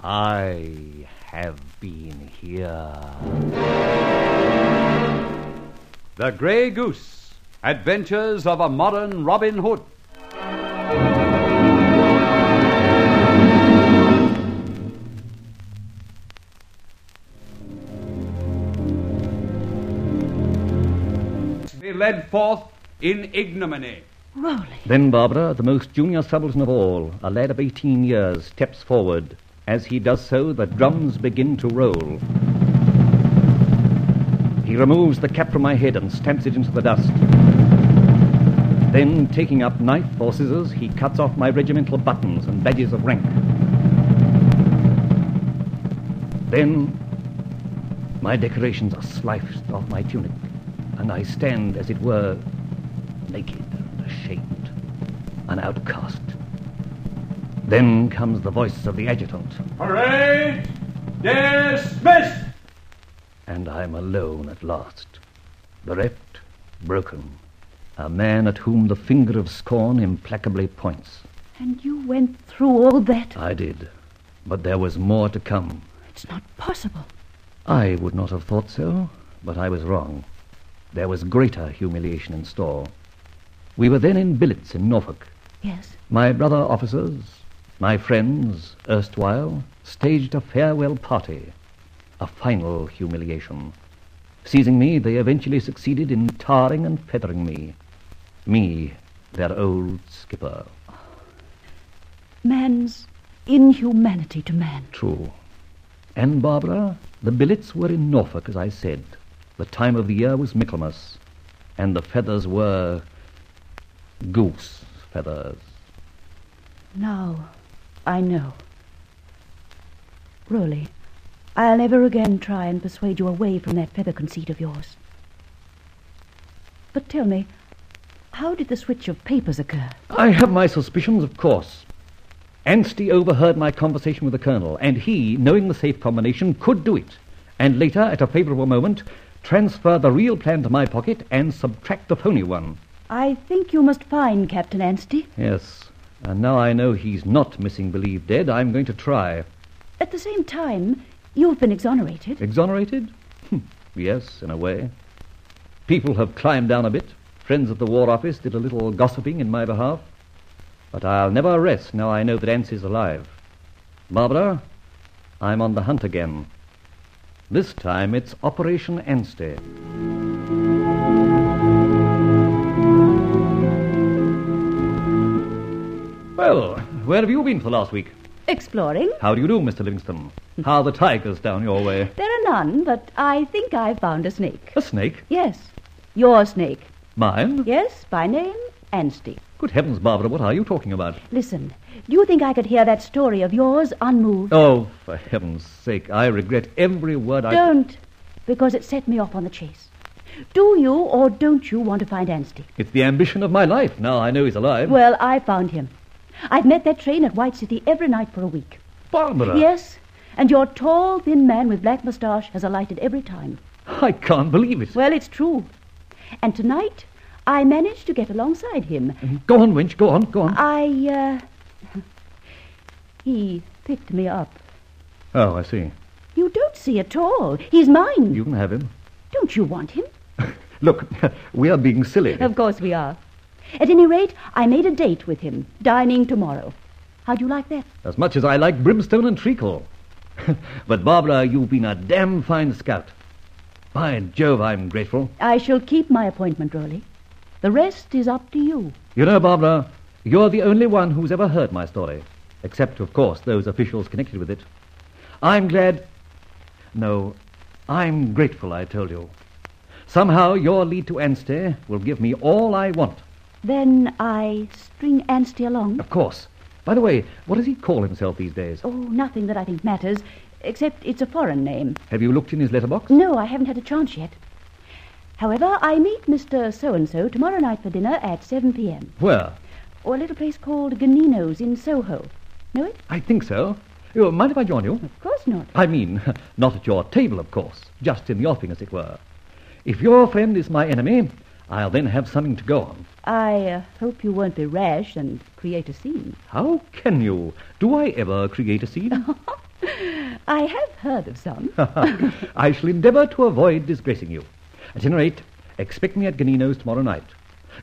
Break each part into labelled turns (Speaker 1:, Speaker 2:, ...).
Speaker 1: I have been here. The Grey Goose Adventures of a Modern Robin Hood. They led forth in ignominy.
Speaker 2: Rolly.
Speaker 3: Then Barbara, the most junior subaltern of all, a lad of 18 years, steps forward. As he does so, the drums begin to roll. He removes the cap from my head and stamps it into the dust. Then, taking up knife or scissors, he cuts off my regimental buttons and badges of rank. Then, my decorations are sliced off my tunic, and I stand, as it were, naked and ashamed, an outcast. Then comes the voice of the adjutant,
Speaker 1: Parade dismissed!
Speaker 3: and I'm alone at last, bereft, broken, a man at whom the finger of scorn implacably points.
Speaker 2: And you went through all that?
Speaker 3: I did, but there was more to come.
Speaker 2: It's not possible.
Speaker 3: I would not have thought so, but I was wrong. There was greater humiliation in store. We were then in billets in Norfolk.
Speaker 2: Yes.
Speaker 3: My brother officers, my friends, erstwhile, staged a farewell party, a final humiliation. Seizing me, they eventually succeeded in tarring and feathering me. Me, their old skipper.
Speaker 2: Man's inhumanity to man.
Speaker 3: True. And, Barbara, the billets were in Norfolk, as I said. The time of the year was Michaelmas, and the feathers were. goose feathers.
Speaker 2: Now I know. Rolly, I'll never again try and persuade you away from that feather conceit of yours. But tell me, how did the switch of papers occur?
Speaker 3: I have my suspicions, of course. Anstey overheard my conversation with the colonel, and he, knowing the safe combination, could do it, and later, at a favorable moment, transfer the real plan to my pocket and subtract the phony one.
Speaker 2: I think you must find Captain Anstey.
Speaker 3: Yes, and now I know he's not missing believed dead, I'm going to try.
Speaker 2: At the same time, you've been exonerated.
Speaker 3: Exonerated? Hmm, yes, in a way. People have climbed down a bit. Friends at the War Office did a little gossiping in my behalf. But I'll never rest now I know that Ansie's alive. Barbara, I'm on the hunt again. This time it's Operation Anstey. Well, where have you been for the last week?
Speaker 2: Exploring?
Speaker 3: How do you do, Mr. Livingston? How are the tigers down your way?
Speaker 2: There are none, but I think I've found a snake.
Speaker 3: A snake?
Speaker 2: Yes, your snake.
Speaker 3: Mine?
Speaker 2: Yes, by name, Anstey.
Speaker 3: Good heavens, Barbara, what are you talking about?
Speaker 2: Listen, do you think I could hear that story of yours unmoved?
Speaker 3: Oh, for heaven's sake, I regret every word I.
Speaker 2: Don't, because it set me off on the chase. Do you or don't you want to find Anstey?
Speaker 3: It's the ambition of my life. Now I know he's alive.
Speaker 2: Well, I found him. I've met that train at White City every night for a week.
Speaker 3: Barbara!
Speaker 2: Yes, and your tall, thin man with black moustache has alighted every time.
Speaker 3: I can't believe it.
Speaker 2: Well, it's true. And tonight, I managed to get alongside him.
Speaker 3: Go on, Winch, go on, go on.
Speaker 2: I, uh. He picked me up.
Speaker 3: oh, I see.
Speaker 2: You don't see at all. He's mine.
Speaker 3: You can have him.
Speaker 2: Don't you want him?
Speaker 3: Look, we are being silly.
Speaker 2: Of course we are. At any rate, I made a date with him, dining tomorrow. How do you like that?
Speaker 3: As much as I like brimstone and treacle. but, Barbara, you've been a damn fine scout. By Jove, I'm grateful.
Speaker 2: I shall keep my appointment, Rolly. The rest is up to you.
Speaker 3: You know, Barbara, you're the only one who's ever heard my story. Except, of course, those officials connected with it. I'm glad. No, I'm grateful I told you. Somehow your lead to Anstey will give me all I want.
Speaker 2: Then I string Anstey along.
Speaker 3: Of course. By the way, what does he call himself these days?
Speaker 2: Oh, nothing that I think matters, except it's a foreign name.
Speaker 3: Have you looked in his letterbox?
Speaker 2: No, I haven't had a chance yet. However, I meet Mr. So and so tomorrow night for dinner at 7 p.m.
Speaker 3: Where?
Speaker 2: Or a little place called Ganino's in Soho. Know it?
Speaker 3: I think so. You mind if I join you?
Speaker 2: Of course not.
Speaker 3: I mean, not at your table, of course, just in the offing, as it were. If your friend is my enemy, I'll then have something to go on.
Speaker 2: I uh, hope you won't be rash and create a scene.
Speaker 3: How can you? Do I ever create a scene?
Speaker 2: I have heard of some.
Speaker 3: I shall endeavour to avoid disgracing you. At any rate, expect me at Ganino's tomorrow night.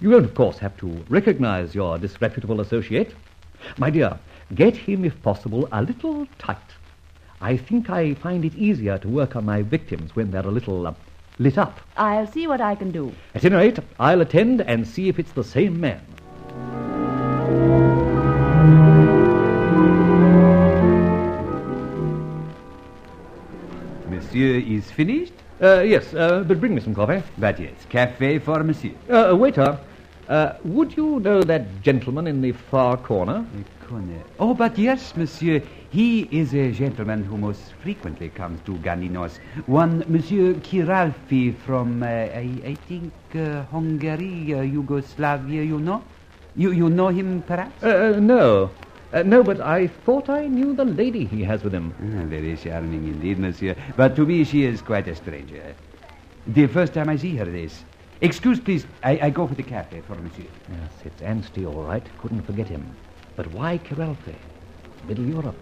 Speaker 3: You won't, of course, have to recognize your disreputable associate. My dear, get him, if possible, a little tight. I think I find it easier to work on my victims when they're a little uh, lit up.
Speaker 2: I'll see what I can do.
Speaker 3: At any rate, I'll attend and see if it's the same man.
Speaker 1: Monsieur is finished?
Speaker 3: Uh, yes, uh, but bring me some coffee.
Speaker 1: But yes, cafe for monsieur.
Speaker 3: Uh, waiter, uh, would you know that gentleman in the far corner?
Speaker 1: Oh, but yes, monsieur. He is a gentleman who most frequently comes to Ganinos. One Monsieur Kiralfi from, uh, I, I think, uh, Hungary, uh, Yugoslavia, you know? You, you know him, perhaps?
Speaker 3: Uh, no. Uh, no, but I thought I knew the lady he has with him.
Speaker 1: Ah, Very charming indeed, monsieur. But to me, she is quite a stranger. The first time I see her, this. Excuse, please. I, I go for the cafe for monsieur.
Speaker 3: Yes, it's Anstey, all right. Couldn't forget him. But why Kiralfi? Middle Europe.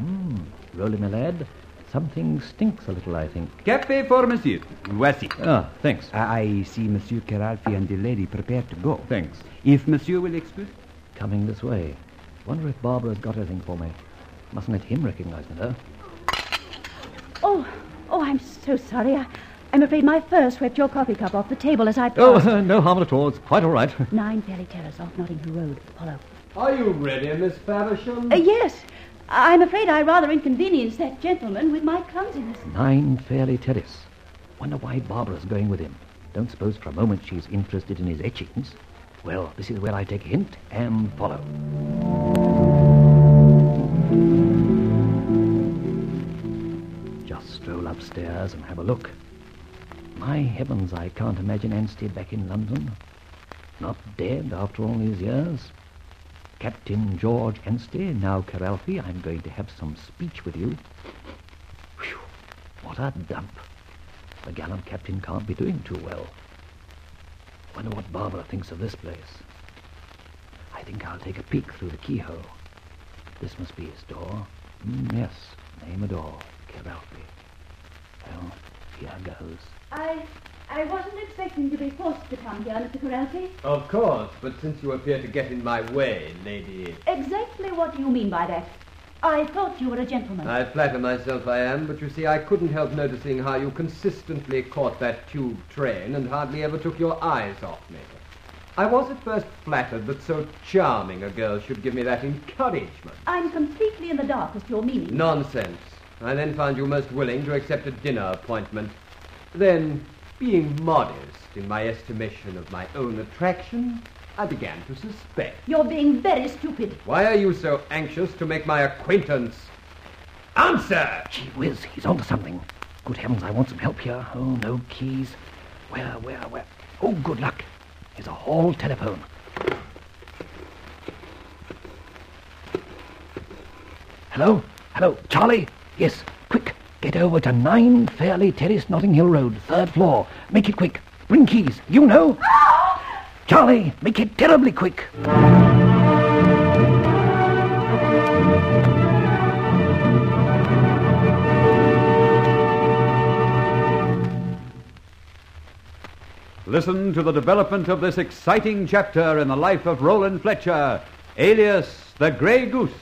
Speaker 3: Mmm. Roly, my lad. Something stinks a little, I think.
Speaker 1: Cafe for monsieur. Voici.
Speaker 3: Ah, thanks.
Speaker 1: I I see Monsieur Kiralfi and the lady prepare to go.
Speaker 3: Thanks.
Speaker 1: If monsieur will excuse.
Speaker 3: Coming this way. Wonder if Barbara's got anything for me. Mustn't let him recognize me, though.
Speaker 2: Oh, oh, I'm so sorry. I, I'm afraid my fur swept your coffee cup off the table as I passed.
Speaker 3: Oh, no harm at all. It's quite all right.
Speaker 2: Nine Ferry Terrace off Notting Hill Road. Follow.
Speaker 1: Are you ready, Miss Faversham?
Speaker 2: Uh, yes, I'm afraid I rather inconvenienced that gentleman with my clumsiness.
Speaker 3: Nine Fairley Terrace. Wonder why Barbara's going with him. Don't suppose for a moment she's interested in his etchings. Well, this is where I take hint and follow. Just stroll upstairs and have a look. My heavens, I can't imagine Anstey back in London. Not dead after all these years. Captain George Anstey, now Caralfi, I'm going to have some speech with you. Phew, what a dump. The gallant captain can't be doing too well. Wonder what Barbara thinks of this place. I think I'll take a peek through the keyhole. This must be his door. Mm, yes, name a door. Caralfi. Well, here goes.
Speaker 2: I, I wasn't expecting to be forced to come here, Mr. Coralty.
Speaker 4: Of course, but since you appear to get in my way, lady,
Speaker 2: Exactly what do you mean by that? I thought you were a gentleman.
Speaker 4: I flatter myself I am, but you see, I couldn't help noticing how you consistently caught that tube train and hardly ever took your eyes off me. I was at first flattered that so charming a girl should give me that encouragement.
Speaker 2: I'm completely in the dark as to your meaning.
Speaker 4: Nonsense. I then found you most willing to accept a dinner appointment. Then, being modest in my estimation of my own attraction, I began to suspect.
Speaker 2: You're being very stupid.
Speaker 4: Why are you so anxious to make my acquaintance? Answer!
Speaker 3: Gee whiz, he's onto something. Good heavens, I want some help here. Oh, no keys. Where, where, where? Oh, good luck. Here's a hall telephone. Hello? Hello? Charlie? Yes, quick. Get over to 9 Fairley Terrace, Notting Hill Road, third floor. Make it quick. Bring keys. You know. Charlie, make it terribly quick.
Speaker 1: Listen to the development of this exciting chapter in the life of Roland Fletcher, alias the Grey Goose.